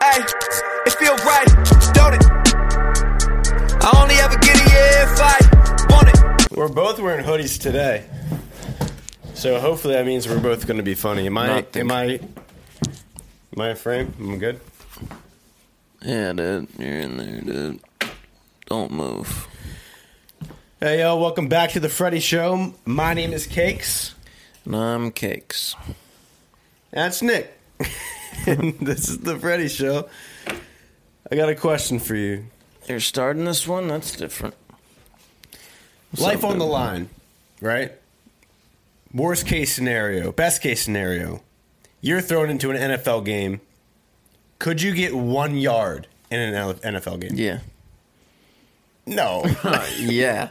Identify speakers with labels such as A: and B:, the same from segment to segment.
A: right, it feel right, don't it? I only ever get it if I want it.
B: We're both wearing hoodies today. So hopefully that means we're both going to be funny. Am I?
C: Not
B: Am
C: think-
B: I? Am I frame? I'm good.
C: Yeah, dude. You're in there, dude. Don't move.
B: Hey yo, welcome back to the Freddy Show. My name is Cakes.
C: And I'm Cakes.
B: That's Nick. and this is the Freddy Show. I got a question for you.
C: You're starting this one? That's different.
B: Life on the line, right? Worst case scenario, best case scenario, you're thrown into an NFL game. Could you get one yard in an NFL game?
C: Yeah.
B: No.
C: yeah.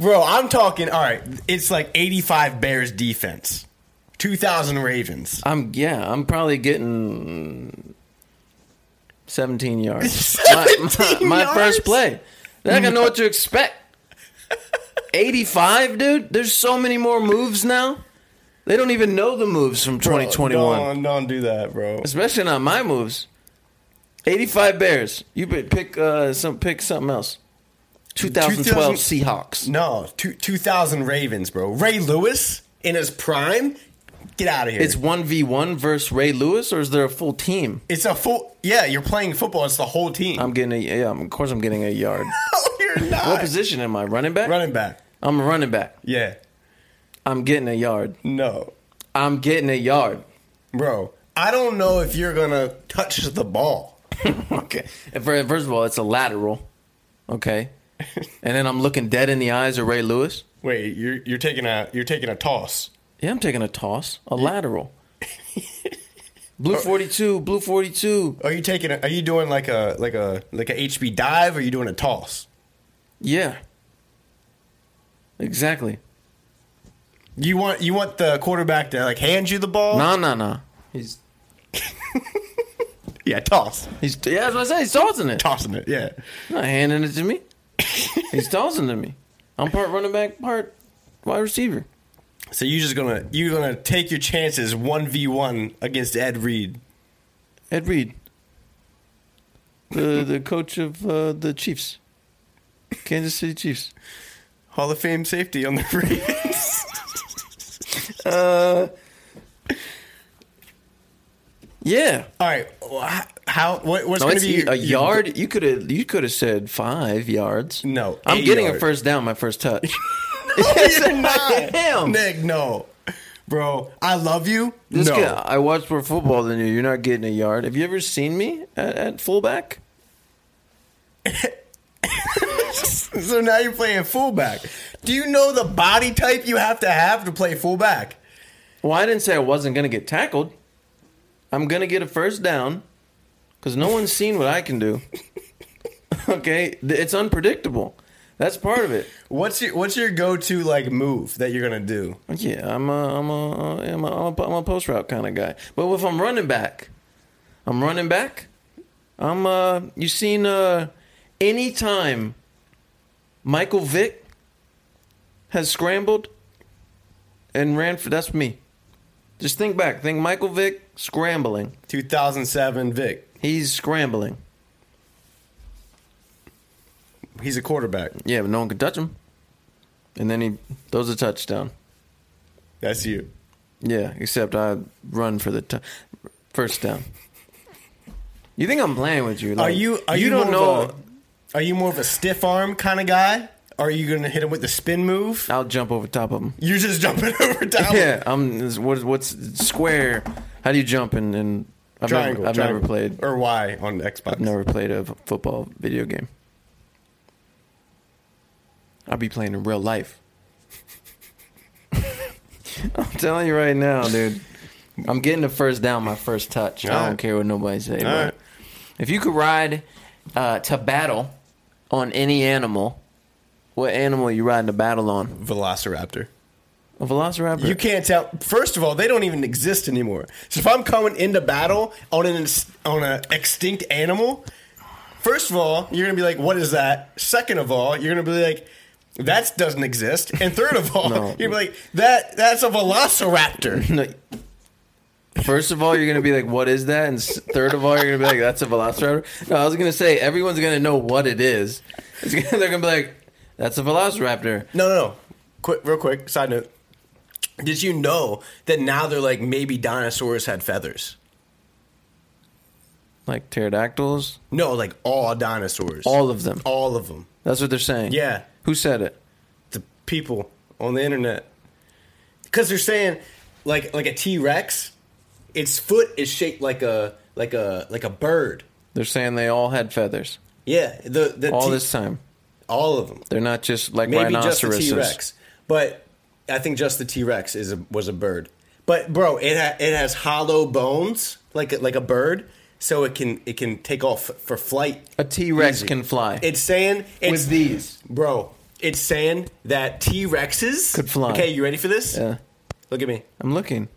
B: Bro, I'm talking. All right, it's like 85 Bears defense, 2,000 Ravens.
C: I'm yeah, I'm probably getting 17 yards.
B: 17
C: my, my, my
B: yards?
C: first play. They're not going to know what to expect. 85, dude. There's so many more moves now. They don't even know the moves from 2021.
B: Don't, don't do that, bro.
C: especially not my moves. Eighty-five Bears. You pick pick uh, some pick something else. 2012 Seahawks.
B: No, two, 2,000 Ravens, bro. Ray Lewis in his prime. Get out of here.
C: It's one v one versus Ray Lewis, or is there a full team?
B: It's a full. Yeah, you're playing football. It's the whole team.
C: I'm getting a yeah. I'm- Of course, I'm getting a yard.
B: no, you're not.
C: what position am I? Running back.
B: Running back.
C: I'm a running back.
B: Yeah.
C: I'm getting a yard.
B: No,
C: I'm getting a yard.
B: bro. I don't know if you're gonna touch the ball.
C: Okay. And fir- First of all, it's a lateral. Okay. And then I'm looking dead in the eyes of Ray Lewis.
B: Wait, you're you're taking a you're taking a toss.
C: Yeah, I'm taking a toss, a lateral. Blue 42, blue 42.
B: Are you taking? A, are you doing like a like a like a HB dive? Or are you doing a toss?
C: Yeah. Exactly.
B: You want you want the quarterback to like hand you the ball?
C: Nah, nah, nah. He's
B: Yeah, toss,
C: he's yeah, that's what I say. He's tossing it.
B: tossing it. Yeah,
C: He's not handing it to me. he's tossing it to me. I'm part running back, part wide receiver.
B: so you're just gonna you're gonna take your chances one v one against Ed Reed.
C: Ed Reed, the the coach of uh, the Chiefs, Kansas City Chiefs.
B: Hall of Fame safety on the Ravens.
C: Yeah.
B: All right, wh- how what, what's
C: No,
B: gonna
C: it's
B: be
C: e-
B: your-
C: a
B: your-
C: yard. You could have you could have said five yards.
B: No,
C: I'm
B: eight
C: getting
B: yards.
C: a first down, my first touch.
B: Yes,
C: Yes,
B: you're
C: I
B: not.
C: am.
B: Nick, no, bro. I love you.
C: This
B: no,
C: guy- I watch more football than you. You're not getting a yard. Have you ever seen me at, at fullback?
B: so now you're playing fullback. Do you know the body type you have to have to play fullback?
C: Well, I didn't say I wasn't going to get tackled. I'm going to get a first down because no one's seen what I can do. okay? Th- It's unpredictable. That's part of it.
B: What's your what's your go to like move that you're gonna do?
C: Yeah, I'm a, I'm a, I'm a, I'm a, I'm a post route kind of guy. But if I'm running back, I'm running back. I'm uh, you seen uh, any time Michael Vick has scrambled and ran for that's me. Just think back. Think Michael Vick scrambling.
B: 2007 Vic.
C: He's scrambling.
B: He's a quarterback.
C: Yeah, but no one can touch him. And then he throws a touchdown.
B: That's you.
C: Yeah, except I run for the t- first down. You think I'm playing with you?
B: Are
C: like,
B: you are you,
C: don't
B: more of
C: know.
B: a- are you more of a stiff arm kind of guy? Are you gonna hit him with the spin move?
C: I'll jump over top of him.
B: You're just jumping over top.
C: Yeah, I'm. is- What, what's square? How do you jump? And, and I've
B: Triangle.
C: never, I've
B: triangle.
C: never played.
B: or Y on Xbox.
C: Never played a f- football video game. I'll be playing in real life. I'm telling you right now, dude. I'm getting the first down, my first touch. I
B: Alright.
C: don't care what nobody say. bro.
B: Alright.
C: If you could ride uh, to battle on any animal, what animal you riding to battle on?
B: Velociraptor.
C: A velociraptor.
B: You can't tell. First of all, they don't even exist anymore. So if I'm coming into battle on an ex- on an extinct animal, first of all, you're gonna be like, "What is that?" Second of all, you're gonna be like, "That doesn't exist." And third of all,
C: No.
B: you're gonna be like, "That that's a velociraptor."
C: No. First of all, you're gonna be like, "What is that?" And s- third of all, you're gonna be like, "That's a velociraptor." No, I was gonna say everyone's gonna know what it is. It's gonna, they're gonna be like, "That's a velociraptor."
B: No, no, no. Quick, real quick. Side note. Did you know that now they're like maybe dinosaurs had feathers?
C: Like pterodactyls,
B: No, like all dinosaurs.
C: all of them.
B: all of them.
C: That's what they're saying.
B: Yeah.
C: Who said it?
B: The people on the internet. Because they're saying like like a T Rex, its foot is shaped like a like a like a bird.
C: They're saying they all had feathers
B: Yeah, the the
C: all
B: T-
C: this time.
B: all of them.
C: They're not just like
B: Maybe just the
C: rhinoceroses.
B: T Rex, but I think just the T Rex is a, was a bird. But bro, it ha- it has hollow bones like a, like a bird, so it can it can take off for flight.
C: A T Rex
B: Easy.
C: can fly.
B: It's saying it's
C: With these.
B: bro. It's saying that T Rexes
C: Could fly.
B: Okay, you ready for this?
C: yeah,
B: Look at me.
C: I'm looking.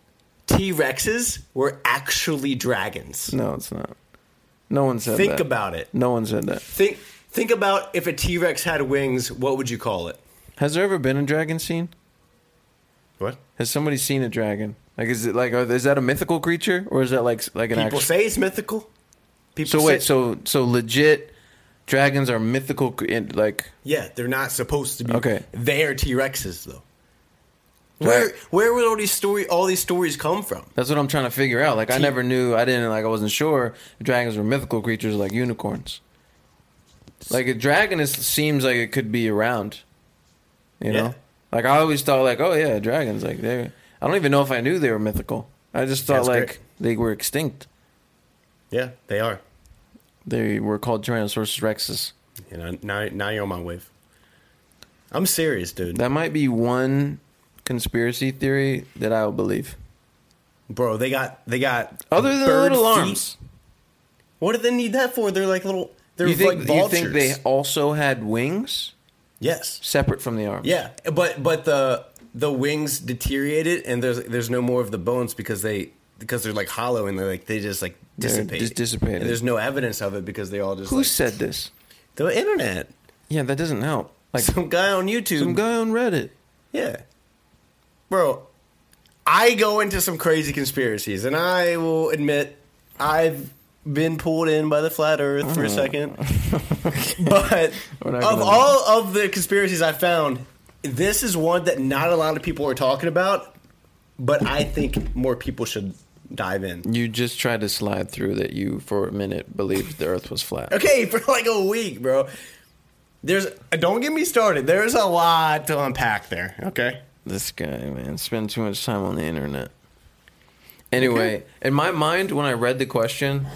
B: T Rexes were actually dragons.
C: No, it's not. No one said
B: Think
C: that.
B: about it.
C: No one said that.
B: Think think about if a T Rex had wings, what would you call it?
C: Has there ever been a dragon seen?
B: What?
C: Has somebody seen a dragon? Like, is it like, are, is that a mythical creature or is that like like an
B: People
C: actual?
B: say it's mythical. People
C: so wait,
B: say-
C: so so legit, dragons are mythical. cre- in- Like,
B: Yeah, they're not supposed to be.
C: Okay.
B: they are T Rexes though.
C: Right.
B: Where where would all these story all these stories come from?
C: that's what I'm trying to figure out. Like, I never knew. I didn't like. I wasn't sure if dragons were mythical creatures like unicorns. Like a dragon is seems like it could be around. You
B: Yeah.
C: know, like I always thought, like, oh yeah, dragons. Like they, I don't even know if I knew they were mythical. I just thought
B: That's
C: like
B: great.
C: they were extinct.
B: Yeah, they are.
C: They were called Tyrannosaurus rexes.
B: You know, now now you're on my wave. I'm serious, dude.
C: That might be one conspiracy theory that I will believe.
B: Bro, they got they got
C: Other than the
B: bird
C: little
B: feet.
C: arms,
B: What do they need that for? They're like little. They're
C: you think
B: like
C: you
B: vultures.
C: think they also had wings
B: yes.
C: separate from the arms?
B: Yeah, but but the the wings deteriorated, and there's there's no more of the bones because they because they're like hollow and they're like they just like
C: They're
B: dissipate.
C: just dissipated.
B: And there's no evidence of it because they all just
C: Who
B: like,
C: said this?
B: the internet.
C: Yeah, that doesn't help. Like some
B: some guy on YouTube.
C: guy on Reddit.
B: Yeah. Bro, I go into some crazy conspiracies, and I will admit I've been pulled in by the flat earth
C: Mm.
B: for a second. but
C: We're not
B: of
C: gonna-
B: all of the conspiracies I found, this is one that not a lot of people are talking about, but I think more people should dive in.
C: You just tried to slide through that you for a minute believed the Earth was flat.
B: Okay, for like a week, bro. There's don't get me started. There's a lot to unpack there, okay?
C: This guy, man, spend too much time on the internet. Anyway, in my mind, when I read the question,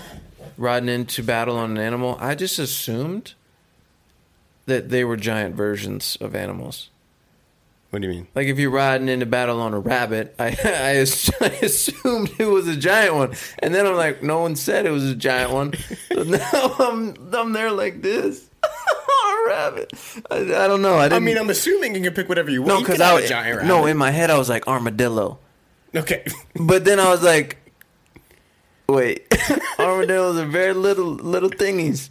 C: riding into battle on an animal, I just assumed that they were giant versions of animals.
B: What do you mean?
C: Like if you're riding into battle on a rabbit, I, I, ass- I assumed it was a giant one, and then I'm like, no one said it was a giant one. So now I'm I'm there like this, a rabbit. I, I don't know. I didn't.
B: I mean, I'm assuming you can pick whatever you want.
C: no,
B: You
C: because
B: can
C: I
B: have
C: was
B: a giant
C: no.
B: rabbit.
C: In my head, I was like armadillo,
B: Okay.
C: but then I was like, wait, armadillos are very little little thingies.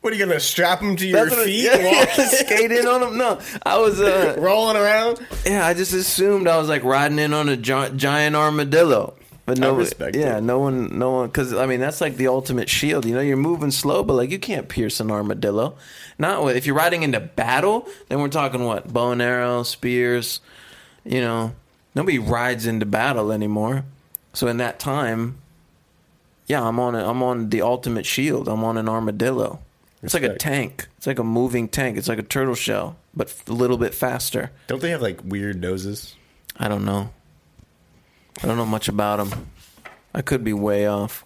B: What are you gonna strap them to your
C: That's what-
B: feet?
C: yeah,
B: walk,
C: yeah, skate in on them. No, I was uh,
B: rolling around?
C: Yeah, I just assumed I was like riding in on a gi- giant armadillo. But no,
B: respect
C: yeah,
B: it.
C: no one, no one, because I mean that's like the ultimate shield. You know, you're moving slow, but like you can't pierce an armadillo. Not with, if you're riding into battle, then we're talking what bow and arrow, spears. You know, nobody rides into battle anymore. So in that time, yeah, I'm on a, I'm on the ultimate shield. I'm on an armadillo. It's like a
B: Respect.
C: tank. It's like a moving tank. It's like a turtle shell, but f- a little bit faster.
B: Don't they have like weird noses?
C: I don't know. I don't know much about him. I could be way off.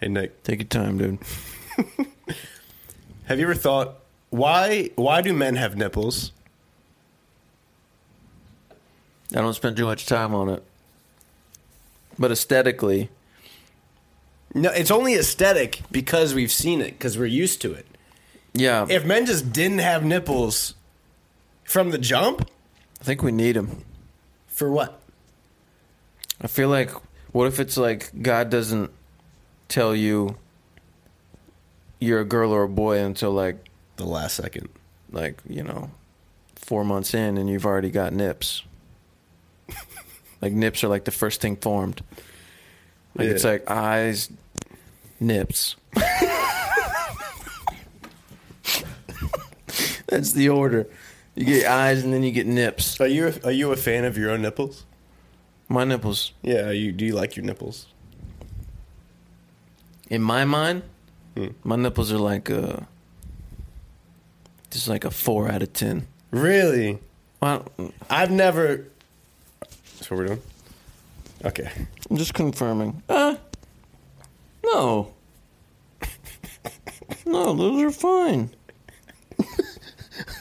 B: Hey Nick,
C: Take your time, dude.
B: have you ever thought why why do men have nipples?
C: I don't spend too much time on it. But aesthetically,
B: No, it's only aesthetic because we've seen it because we're used to it.
C: yeah,
B: If men just didn't have nipples from the jump,
C: I think we need him.
B: for what?
C: I feel like what if it's like God doesn't tell you you're a girl or a boy until like
B: The last second.
C: like, you know, 4 months in and you've already got nips. Like nips are like the first thing formed. Like it's
B: Yeah.
C: like eyes, nips. That's the order. You get eyes and then you get nips.
B: Are you are you a fan of your own nipples?
C: My nipples.
B: Yeah, you do you like your nipples?
C: In my mind, my nipples are like a just like a four out of ten.
B: Really?
C: Well,
B: I've never. That's what we're doing. Okay.
C: I'm just confirming. Uh, no, no, those are fine.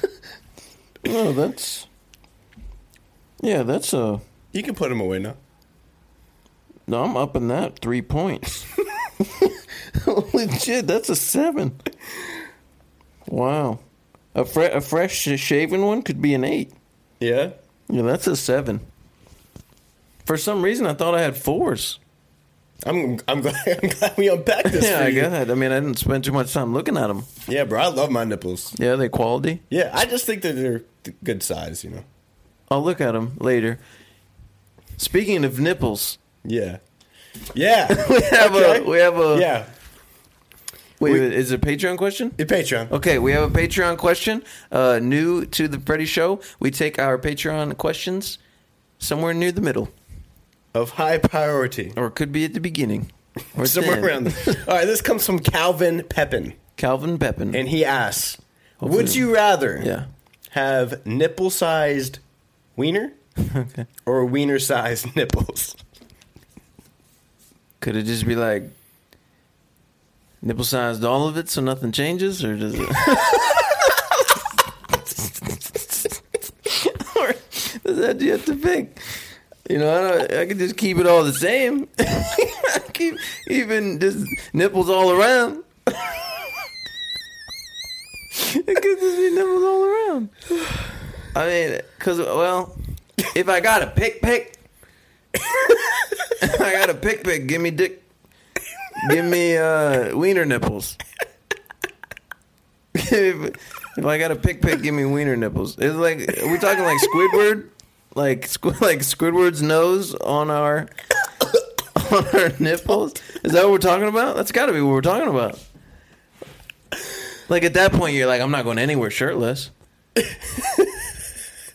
C: no, that's yeah, that's a
B: You can put them away now.
C: no. I'm up in that three points. Holy shit, that's a seven. Wow, a, fre- a fresh shaven one could be an eight.
B: Yeah.
C: Yeah, that's a seven. For some reason, I thought I had fours.
B: I'm I'm glad I'm glad we unpacked this.
C: yeah,
B: for
C: I
B: you.
C: got that. I mean, I didn't spend too much time looking at them.
B: Yeah, bro, I love my nipples.
C: Yeah, they quality.
B: Yeah, I just think that they're th- good size. You know.
C: I'll look at them later. Speaking of nipples,
B: Yeah. Yeah.
C: we have
B: Okay.
C: a we have a
B: yeah.
C: Wait,
B: we-
C: is it a Patreon question?
B: The Patreon.
C: Okay, we have a Patreon question. Uh, new to the Freddy Show, we take our Patreon questions somewhere near the middle,
B: Of high priority.
C: or it could be at the beginning, or at the
B: Somewhere
C: end.
B: around. there. All right, this comes from Calvin Pepin,
C: Calvin Pepin.
B: and he asks, "Would
C: Hopefully-
B: you rather
C: yeah,
B: have nipple-sized wiener
C: okay.
B: or wiener-sized nipples?"
C: Could it just be like nipple sized all of it so nothing changes, or does it? or does that you have to pick? You know, I, don't, I could just keep it all the same. keep even just nipples all around. it could just be nipples all around. I mean, cause well, if I got a pick pick, I got a pick pick. Give me dick. Give me uh, wiener nipples. if, if I got a pick pick, give me wiener nipples. It's like are we talking like Squidward, like Squ- like Squidward's nose on our on our nipples. Is that what we're talking about? That's got to be what we're talking about. Like at that point, you're like, I'm not going anywhere shirtless.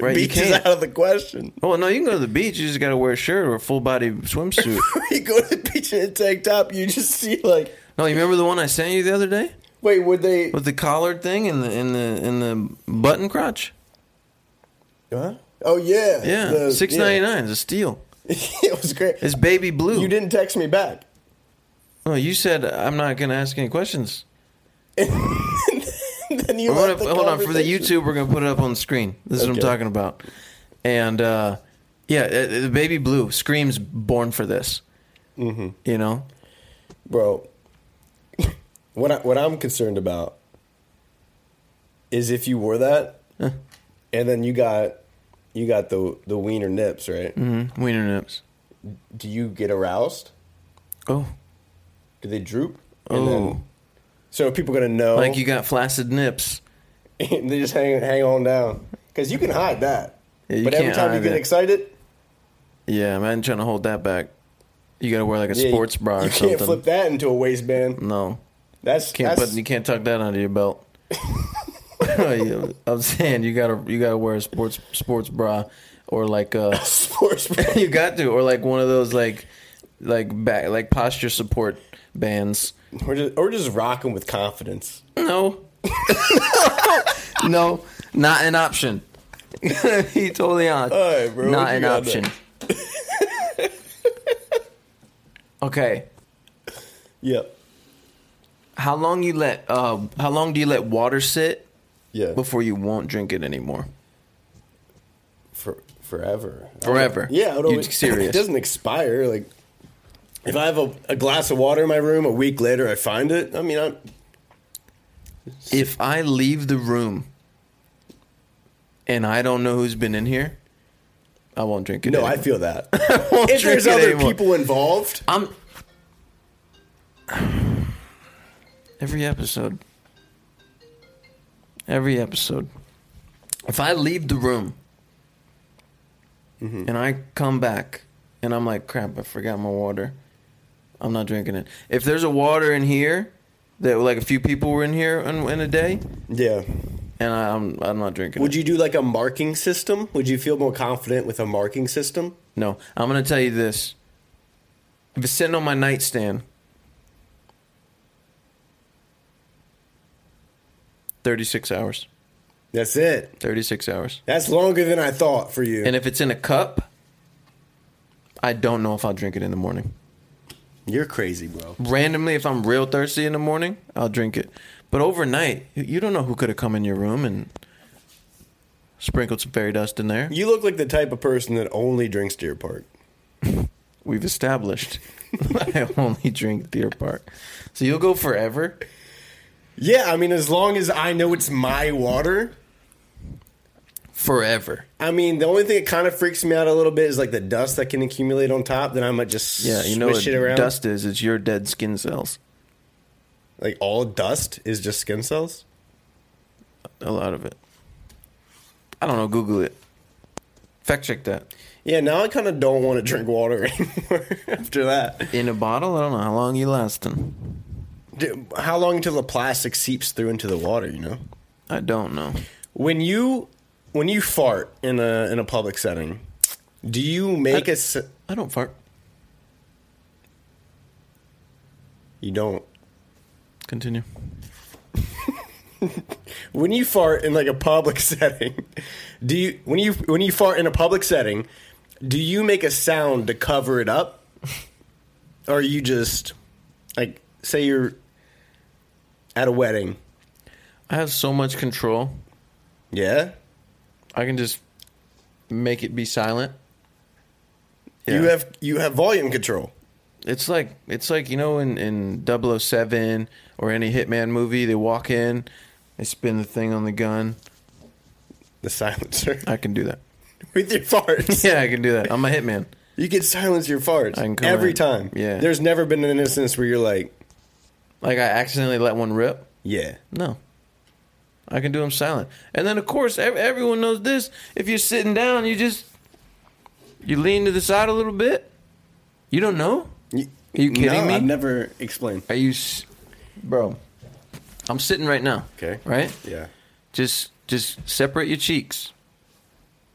C: Right, you
B: Beach is
C: can't.
B: out of the question.
C: Well, no, you can go to the beach. You just got to wear a shirt or a full body swimsuit.
B: you go to the beach in a tank top, you just see like,
C: No, you remember the one I sent you the other day
B: wait, would they?
C: with the collared thing and the and the and the button crotch?
B: Huh? Oh yeah,
C: Yeah,
B: The-
C: six ninety nine is a steal.
B: yeah. it was great.
C: It's baby blue.
B: You didn't text me back.
C: No, you said I'm not going to ask any questions.
B: then you
C: We're
B: left
C: gonna-
B: the
C: hold on for the
B: conversation.
C: YouTube. We're gonna put it up on the screen. This is what I'm
B: Okay.
C: talking about. And uh, yeah, uh, uh, the baby blue screams born for this.
B: Mm-hmm.
C: You know,
B: bro. What I, what I'm concerned about is if you wore that, and then you got you got the the wiener nips, right?
C: mm, wiener nips.
B: Do you get aroused?
C: Oh,
B: Do they droop? And then-
C: oh,
B: so are people gonna know?
C: like you got flaccid nips.
B: they just hang hang on down because you can hide that.
C: Yeah, you
B: but every
C: can't
B: time you
C: hide
B: get
C: it.
B: excited,
C: Yeah, man, trying to hold that back. You gotta wear like a
B: yeah,
C: sports bra or
B: You
C: something.
B: can't flip that into a waistband.
C: No,
B: That's
C: can't
B: that's,
C: put you can't tuck that under your belt. Yeah, I'm saying you gotta you gotta wear a sports sports bra or like uh
B: sports. bra.
C: you got to or like one of those like like back like posture support bands.
B: We're just, we're just rocking with confidence.
C: No, no, not an option. he totally on.
B: All right, bro,
C: Not
B: what you
C: an
B: got
C: option.
B: there?
C: okay.
B: Yeah,
C: How long you let? Uh, how long do you let water sit
B: yeah.
C: before you won't drink it anymore?
B: For, forever.
C: Forever.
B: I don't- yeah, I don't-
C: You serious?
B: It doesn't expire. Like, if I have a, a glass of water in my room, a week later I find it. I mean, I'm,
C: If I leave the room and I don't know who's been in here, I won't drink it.
B: no,
C: anymore.
B: I feel that.
C: won't
B: if there's
C: drink it
B: other
C: anymore.
B: people involved,
C: I'm every episode. Every episode. If I leave the room
B: Mm-hmm.
C: and I come back and I'm like, crap, I forgot my water. I'm not drinking it. If there's a water in here that like a few people were in here in, in a day,
B: Yeah.
C: and I, I'm I'm not drinking.
B: Would
C: it.
B: you do like a marking system? Would you feel more confident with a marking system?
C: No, I'm gonna tell you this. If it's sitting on my nightstand, thirty-six hours.
B: That's it.
C: Thirty-six hours.
B: That's longer than I thought for you.
C: And if it's in a cup, I don't know if I'll drink it in the morning.
B: You're crazy, bro.
C: Randomly, if I'm real thirsty in the morning, I'll drink it. But overnight, you- you don't know who could have come in your room and sprinkled some fairy dust in there.
B: You look like the type of person that only drinks Deer Park.
C: We've established I only drink Deer Park. So you'll go forever.
B: Yeah, I mean, as long as I know it's my water.
C: Forever.
B: I mean, the only thing that kind of freaks me out a little bit is like the dust that can accumulate on top. Then I might just
C: Yeah, you know what
B: swish it around.
C: dust is? It's your dead skin cells.
B: Like all dust is just skin cells.
C: A lot of it. I don't know. Google it. Fact check that.
B: Yeah, now I kind of don't want to drink water anymore after that.
C: In a bottle, I don't know how long you lasting.
B: Dude, How long until the plastic seeps through into the water? You know,
C: I don't know.
B: when you when you fart in a in a public setting, do you make a? s-
C: I don't fart.
B: You don't.
C: Continue.
B: when you fart in like a public setting, do you when you when you fart in a public setting, do you make a sound to cover it up? Or you just like say you're at a wedding.
C: I have so much control.
B: Yeah?
C: I can just make it be silent.
B: You
C: Yeah.
B: have you have volume control.
C: It's like it's like you know in in 007 or any hitman movie, they walk in, they spin the thing on the gun.
B: The silencer.
C: I can do that.
B: With your farts.
C: Yeah, I can do that. I'm a hitman.
B: You can silence your farts
C: I can come
B: every
C: in.
B: time.
C: Yeah.
B: There's never been an instance where you're like,
C: Like I accidentally let one rip.
B: yeah.
C: No. I can do them silent. And then, of course, ev- everyone knows this. If you're sitting down, you just you lean to the side a little bit. You don't know?
B: You,
C: Are you kidding
B: no,
C: me?
B: I've never explained.
C: Are you, s- bro? I'm sitting right now.
B: Okay.
C: Right.
B: Yeah.
C: Just just separate your cheeks.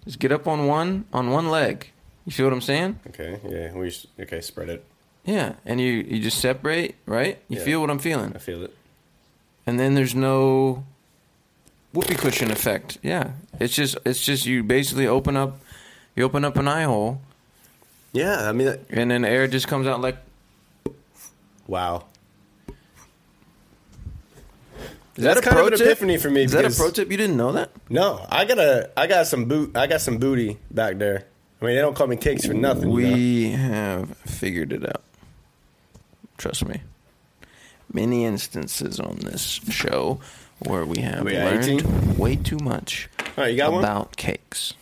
C: Just get up on one on one leg. You feel what I'm saying?
B: Okay. Yeah. We s- okay, spread it.
C: Yeah. And you you just separate, right? You
B: Yeah.
C: feel what I'm feeling.
B: I feel it.
C: and then there's no whoopee cushion effect. Yeah, it's just it's just you basically open up, you open up an eye hole,
B: Yeah, I mean
C: and then air just comes out like.
B: Wow.
C: Is
B: That's
C: that a
B: kind
C: pro
B: of an
C: tip?
B: epiphany for me
C: Is that a
B: because-
C: pro tip? You didn't know that?
B: No, I got a I got some boot I got some booty back there. I mean they don't call me cakes for nothing. you know?
C: We have figured it out. Trust me. Many instances on this show where we have
B: We got
C: learned
B: 18?
C: way too much
B: right, you got one?
C: about cakes.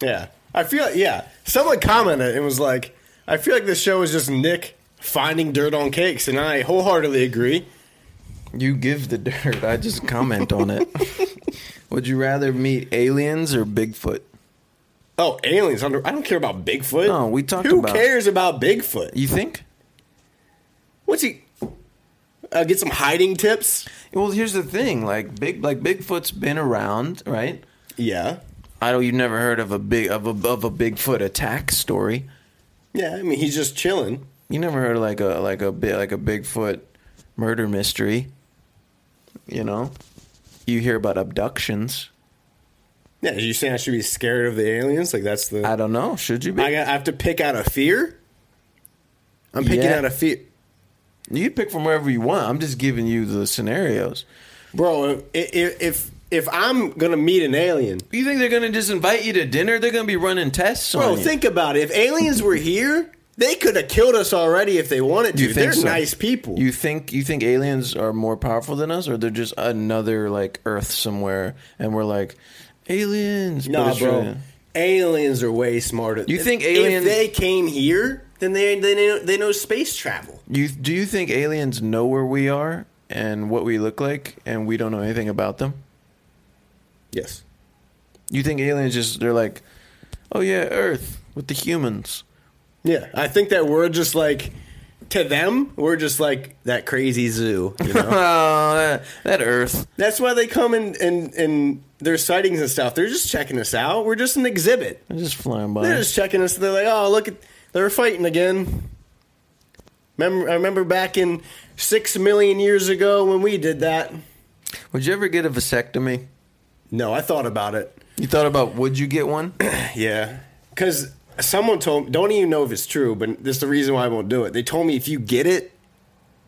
B: Yeah. I feel yeah. Someone commented and was like, I feel like this show is just Nick finding dirt on cakes, and I wholeheartedly agree.
C: You give the dirt. I just comment on it. Would you rather meet aliens or Bigfoot?
B: Oh, aliens under I don't care about Bigfoot.
C: No, we talked
B: Who
C: about-
B: cares about Bigfoot?
C: You think?
B: What's he uh, get some hiding tips?
C: Well, here's the thing. Like big, like Bigfoot's been around, right?
B: Yeah.
C: I know you've never heard of a big of a of a Bigfoot attack story.
B: Yeah, I mean he's just chilling.
C: You never heard of like a like a bit like a Bigfoot murder mystery. You know, you hear about abductions.
B: Yeah, you saying I should be scared of the aliens? Like that's the
C: I don't know. Should you be?
B: I, got, I have to pick out a fear. I'm picking
C: Yeah.
B: out a fear,
C: you pick from wherever you want. I'm just giving you the scenarios.
B: bro. If if if I'm gonna meet an alien,
C: You think they're gonna just invite you to dinner? They're gonna be running tests
B: bro,
C: on you.
B: think about it. If aliens were here, they could have killed us already if they wanted to.
C: You think
B: They're
C: so?
B: nice people.
C: You think you think aliens are more powerful than us, or they're just another like Earth somewhere, and we're like aliens? but
B: nah,
C: it's
B: bro.
C: really-
B: Aliens are way smarter.
C: You
B: If-
C: think aliens-
B: If they came here, then they they know, they know space travel.
C: You do you think aliens know where we are and what we look like, and we don't know anything about them?
B: Yes.
C: You think aliens just they're like, oh yeah, Earth with the humans.
B: Yeah, I think that we're just like to them, we're just like that crazy zoo. You know?
C: Oh, that, that Earth.
B: That's why they come and and and their sightings and stuff. They're just checking us out. We're just an exhibit.
C: They're just flying by.
B: They're just checking us. They're like, oh, look at they're fighting again. Remember, I remember back in six million years ago when we did that.
C: Would you ever get a vasectomy?
B: No, I thought about it.
C: You thought about would you get one?
B: Yeah, because someone told me. Don't even know if it's true, but this is the reason why I won't do it. They told me if you get it,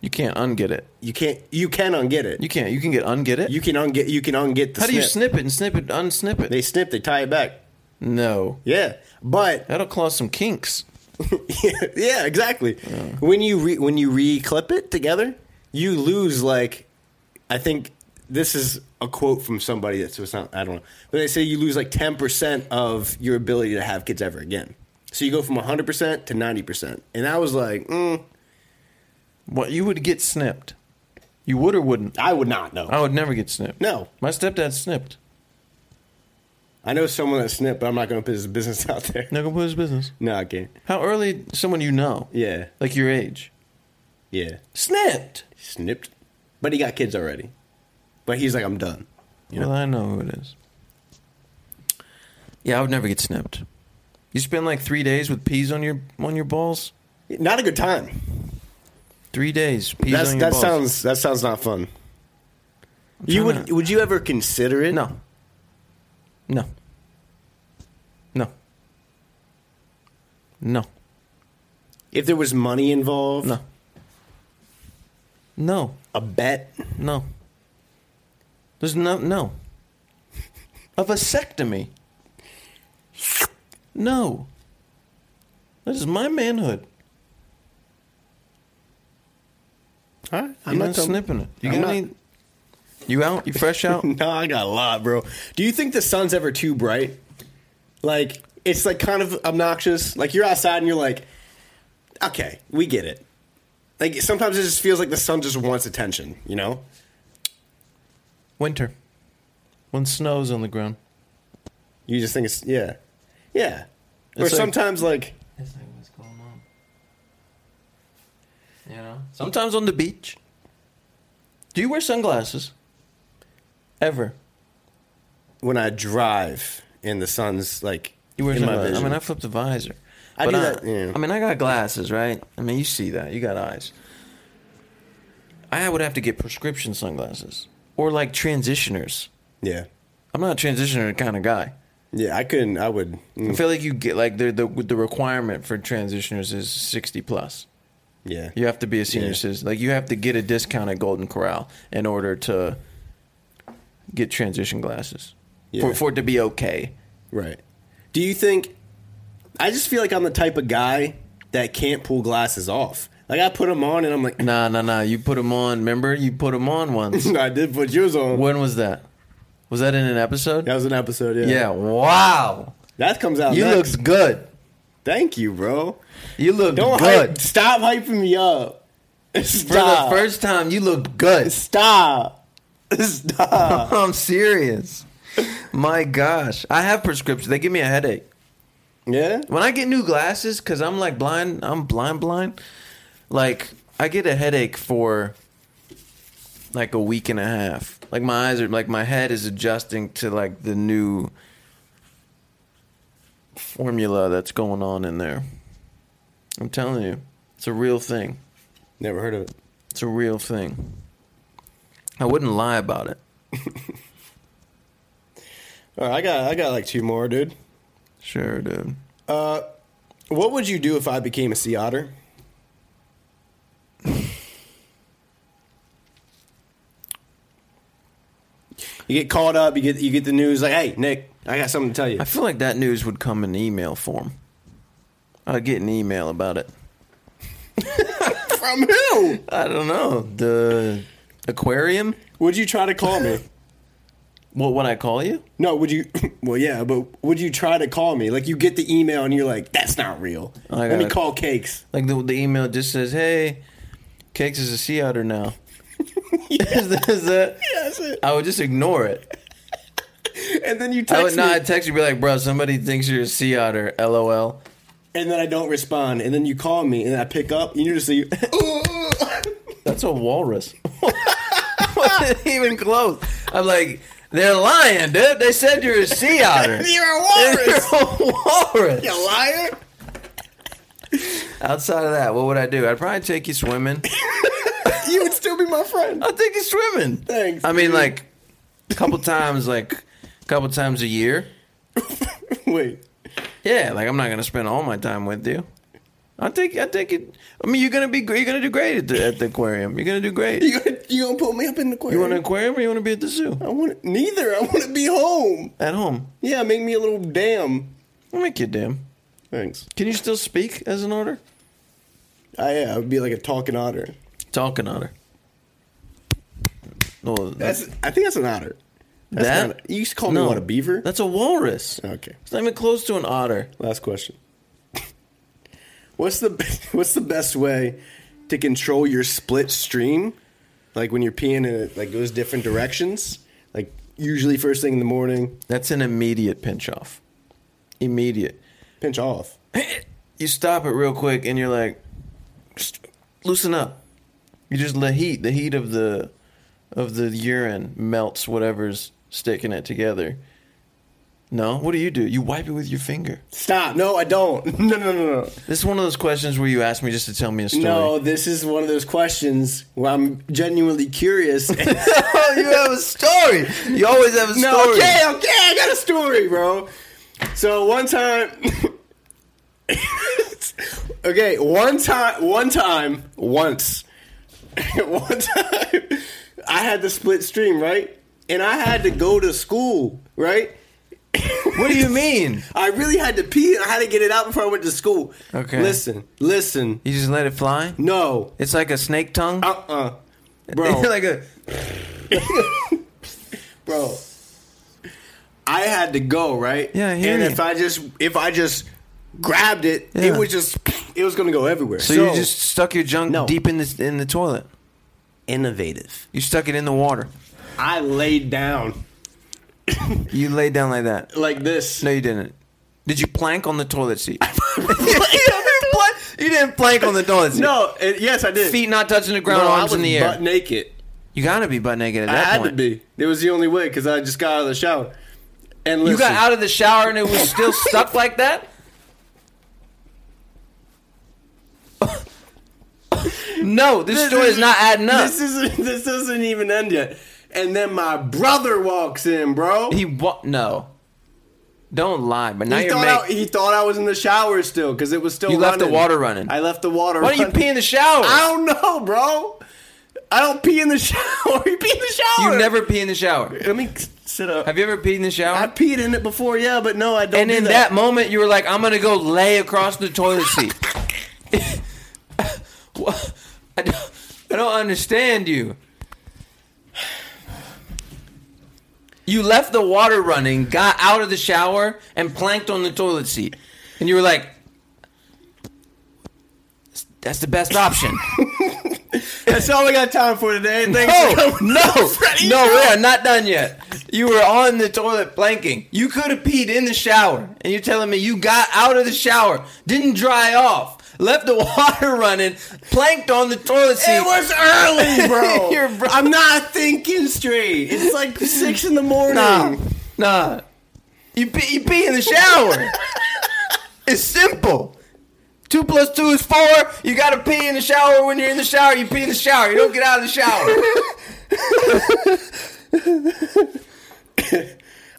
C: You can't unget it.
B: you can't. You can unget it.
C: You can't. You can get unget it.
B: You can unget. You can unget the.
C: How do you
B: snip.
C: snip it and snip it, unsnip it?
B: They snip. They tie it back.
C: no,
B: Yeah, but
C: that'll cause some kinks.
B: yeah, yeah, exactly. When you re- when you re-clip it together, you lose like I think this is a quote from somebody that's so it's not I don't know, but they say you lose like ten percent of your ability to have kids ever again. So you go from hundred percent to ninety percent, and I was like, mm,
C: What you would get snipped? You would or wouldn't?
B: I would not know.
C: I would never get snipped.
B: No,
C: my stepdad snipped.
B: I know someone that snipped, but I'm not going to put his business out there.
C: Not gonna put his business.
B: No, I can't.
C: How early? Someone you know,
B: Yeah,
C: like your age,
B: yeah,
C: snipped.
B: snipped, but he got kids already. But he's like, I'm done. Yeah.
C: Well, I know who it is. Yeah, I would never get snipped. You spend like three days with peas on your on your balls.
B: Not a good time.
C: Three days. Peas
B: That's,
C: on your
B: that
C: balls.
B: sounds that sounds not fun. You
C: trying
B: would
C: to-
B: would you ever consider it?
C: No. No. No. No.
B: If there was money involved,
C: No. No.
B: a bet.
C: No. There's no no. A vasectomy. No. That is my manhood.
B: Huh?
C: I'm not snipping it. You got
B: I'm not-
C: any? You out? You fresh out?
B: No, I got a lot, bro. Do you think the sun's ever too bright? Like it's like kind of obnoxious. Like you're outside and you're like, okay, we get it. Like sometimes it just feels like the sun just wants attention. You know?
C: Winter. When snow's on the ground.
B: You just think it's yeah, yeah. or
C: It's like-
B: sometimes like
C: That's like what's going on. You know? Sometimes on the beach. Do you wear sunglasses? Ever.
B: when I drive and the sun's like
C: You wear
B: in my
C: sunglasses. I
B: vision.
C: mean, I flip the visor.
B: I
C: But
B: do that, yeah.
C: I mean, I got glasses, right? I mean, you see that. You got eyes. I would have to get prescription sunglasses or like transitioners.
B: yeah.
C: I'm not a transitioner kind of guy.
B: Yeah, I couldn't. I would.
C: I
B: mm,
C: feel like you get like the the the requirement for transitioners is 60 plus.
B: Yeah.
C: You have to be a senior
B: Yeah.
C: citizen. Like you have to get a discount at Golden Corral in order to get transition glasses
B: Yeah.
C: for, for it to be okay.
B: Right. Do you think? I just feel like I'm the type of guy that can't pull glasses off. Like I put them on and I'm like,
C: Nah, nah, nah. You put them on. Remember, you put them on once.
B: I did put yours on.
C: when was that? Was that in an episode?
B: That was an episode. Yeah.
C: Yeah. Wow.
B: That comes out.
C: You
B: next.
C: looked good.
B: Thank you, bro.
C: You looked
B: Don't
C: good.
B: hype, stop hyping me up.
C: for
B: Stop.
C: the first time, you looked good.
B: stop. Stop.
C: I'm serious. My gosh, I have prescriptions. They give me a headache.
B: yeah.
C: when I get new glasses, because I'm like blind, I'm blind, blind. Like I get a headache for like a week and a half. Like my eyes are like my head is adjusting to like the new formula that's going on in there. I'm telling you, it's a real thing.
B: Never heard of it.
C: It's a real thing. I wouldn't lie about it.
B: All right, I got. I got like two more, dude.
C: Sure, dude.
B: What would you do if I became a sea otter? You get called up, you get you get the news like, "Hey, Nick, I got something to tell you."
C: I feel like that news would come in email form. I'd get an email about it.
B: From who?
C: I don't know. The aquarium?
B: Would you try to call me?
C: What would I call you?
B: No, would you? Well, yeah, but would you try to call me? Like, you get the email and you're like, "That's not real."
C: I
B: Let me
C: got it.
B: call Cakes.
C: Like the, the email just says, "Hey, Cakes is a sea otter now." is, that, is that?
B: That's it.
C: I would just ignore it.
B: and then you
C: I
B: text
C: would
B: me,
C: not text you, be like, bro, somebody thinks you're a sea otter. LOL.
B: and then I don't respond, and then you call me, and I pick up, and you just see.
C: That's a walrus. Wasn't even close. I'm like, they're lying, dude. They said you're a sea otter.
B: You're a
C: You're
B: walrus,
C: a walrus.
B: you liar.
C: Outside of that, what would I do? I'd probably take you swimming.
B: You would still be my friend.
C: I'd take you swimming.
B: Thanks,
C: I mean,
B: dude.
C: like, a couple times, like, a couple times a year.
B: Wait,
C: Yeah, like I'm not gonna spend all my time with you. I think I think it. I mean, you're gonna be gr- you're gonna do great at the, at the aquarium. You're gonna do great. You
B: you gonna you gonna put me up in the aquarium?
C: want an aquarium or you want to be at the zoo?
B: I want neither. I want to be home.
C: At home.
B: Yeah, make me a little dam.
C: I'll make you damn.
B: Thanks.
C: Can you still speak as an otter?
B: I yeah, I would be like a talking otter.
C: Talking otter. Well,
B: That's I think that's an otter. That's
C: that.
B: not a- you used to call me what a beaver.
C: That's a walrus.
B: okay.
C: It's not even close to an otter.
B: Last question. what's the what's the best way to control your split stream? Like when you're peeing and it like goes different directions. Like usually first thing in the morning,
C: That's an immediate pinch off. Immediate.
B: pinch off.
C: you stop it real quick and you're like just loosen up you just let heat the heat of the of the urine melts whatever's sticking it together no what do you do you wipe it with your finger
B: Stop. No, I don't. No, no, no, no.
C: this is one of those questions where you ask me just to tell me a story
B: No, this is one of those questions where I'm genuinely curious.
C: Oh, you have a story you always have a story
B: No, okay, okay, I got a story, bro. So one time, okay, one time, one time, once, one time, I had the split stream, right? And I had to go to school, right?
C: what do you mean
B: I really had to pee, and I had to get it out before I went to school.
C: Okay.
B: listen, listen,
C: you just let it fly
B: no,
C: it's like a snake tongue
B: uh, uh bro,
C: like a
B: bro. I had to go, right?
C: Yeah, I hear
B: And
C: you.
B: if I just if I just grabbed it,
C: Yeah.
B: it was just it was gonna go everywhere.
C: so, you just stuck your junk
B: No.
C: deep in the in the toilet
B: innovative.
C: you stuck it in the water
B: I laid down
C: you laid down like that
B: like this.
C: No, you didn't. Did you plank on the toilet seat? you, didn't plank, you didn't plank on the toilet seat.
B: No, it, yes, I did.
C: Feet not touching the ground,
B: No, I
C: arms
B: was
C: in the air.
B: butt naked.
C: you gotta be butt naked at
B: I
C: that
B: had
C: point.
B: to be. It was the only way because I just got out of the shower. And
C: You
B: listen,
C: got out of the shower and it was still stuck like that? no, this, story is not adding up.
B: This isn't. This doesn't even end yet. And then my brother walks in, bro.
C: he what? No. Don't lie, but now
B: He
C: you're
B: thought, I,
C: making.
B: he thought I was in the shower still because it was still.
C: You left the
B: running.
C: water running.
B: I left the water.
C: Why do you
B: running.
C: pee in the shower?
B: I don't know, bro. I don't pee in the shower. you pee in the shower.
C: You never pee in the shower.
B: Let me s- sit up.
C: Have you ever peed in the shower?
B: I peed in it before, yeah, but no, I don't.
C: and
B: do
C: in that. moment, you were like, "I'm gonna go lay across the toilet seat." What? I don't, I don't understand you. You left the water running, got out of the shower, and planked on the toilet seat, and you were like, "That's the best option."
B: that's all we got time for today. Thanks for coming.
C: No, no,
B: Freddie,
C: no, we are not done yet. You were on the toilet planking. You could have peed in the shower, and you're telling me you got out of the shower, didn't dry off, left the water running, planked on the toilet seat.
B: It was early, bro.
C: Your bro-
B: I'm not thinking straight. It's like six in the morning.
C: nah, nah. You pee, you pee in the shower. it's simple. Two plus two is four. You gotta pee in the shower when you're in the shower. You pee in the shower. You don't get out of the shower.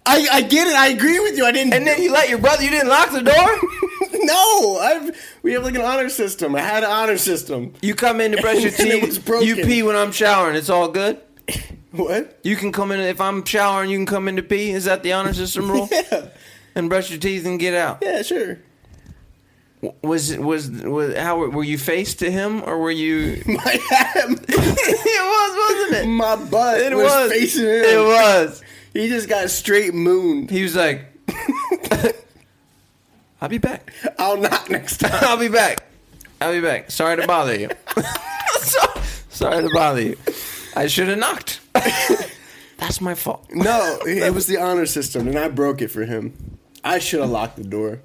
B: I, I get it. I agree with you. I didn't.
C: And then you let your brother. You didn't lock the door.
B: no, I've we have like an honor system. I had an honor system.
C: You come in to brush your
B: And it was
C: teeth.
B: broken.
C: You pee when I'm showering. It's all good.
B: What?
C: You can come in if I'm showering. You can come in to pee. Is that the honor system rule?
B: Yeah,
C: And brush your teeth and get out.
B: yeah, sure.
C: W- Was was was how were you faced to him or were you? it was, wasn't it?
B: My butt
C: It
B: was,
C: was.
B: facing him.
C: It was.
B: He just got straight mooned.
C: He was like, "I'll be back.
B: I'll knock next time.
C: I'll be back. I'll be back. Sorry to bother you. So- Sorry to bother you. I should have knocked. That's my fault.
B: No, it was the honor system, and I broke it for him. I should have locked the door.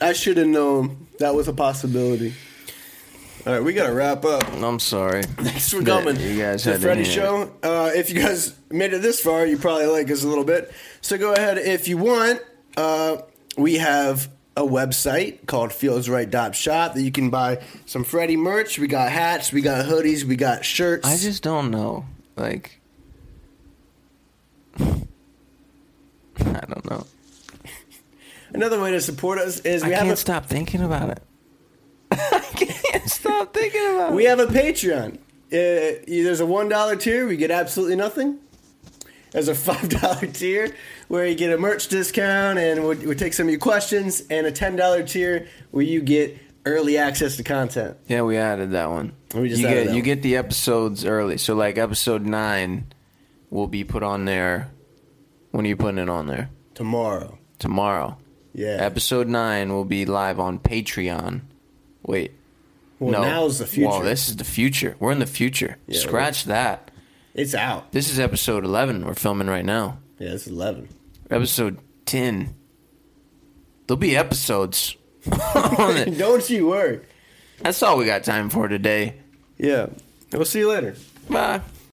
B: I should have known that was a possibility.
D: All right, we got to wrap up.
C: I'm sorry.
B: Thanks for coming.
C: you guys
B: to
C: had to
B: Freddy's
C: hear
B: show. Uh, if you guys made it this far, you probably like us a little bit. So go ahead if you want. Uh, we have a website called feelsright.shop that you can buy some Freddy merch. We got hats, we got hoodies, we got shirts.
C: I just don't know. Like, I don't know.
B: Another way to support us is we
C: I
B: have
C: can't
B: a
C: stop thinking about it. I can't stop thinking about it.
B: we have a Patreon. Uh, there's a one dollar tier, we get absolutely nothing. There's a five dollar tier where you get a merch discount and we we take some of your questions, and a ten dollar tier where you get early access to content.
C: Yeah, we added that one.
B: We just
C: you
B: added
C: get
B: that
C: you
B: one.
C: get the episodes early, so like episode nine will be put on there. When are you putting it on there?
B: Tomorrow,
C: Tomorrow.
B: yeah.
C: Episode nine will be live on Patreon. Wait,
B: well,
C: no.
B: now's the future.
C: Whoa, this is the future. We're in the future.
B: Yeah,
C: Scratch that.
B: it's out.
C: This is episode eleven. We're filming right now.
B: Yeah, it's eleven.
C: Episode ten. There'll be episodes. on it.
B: Don't you worry.
C: That's all we got time for today.
B: Yeah, we'll see you later.
C: Bye.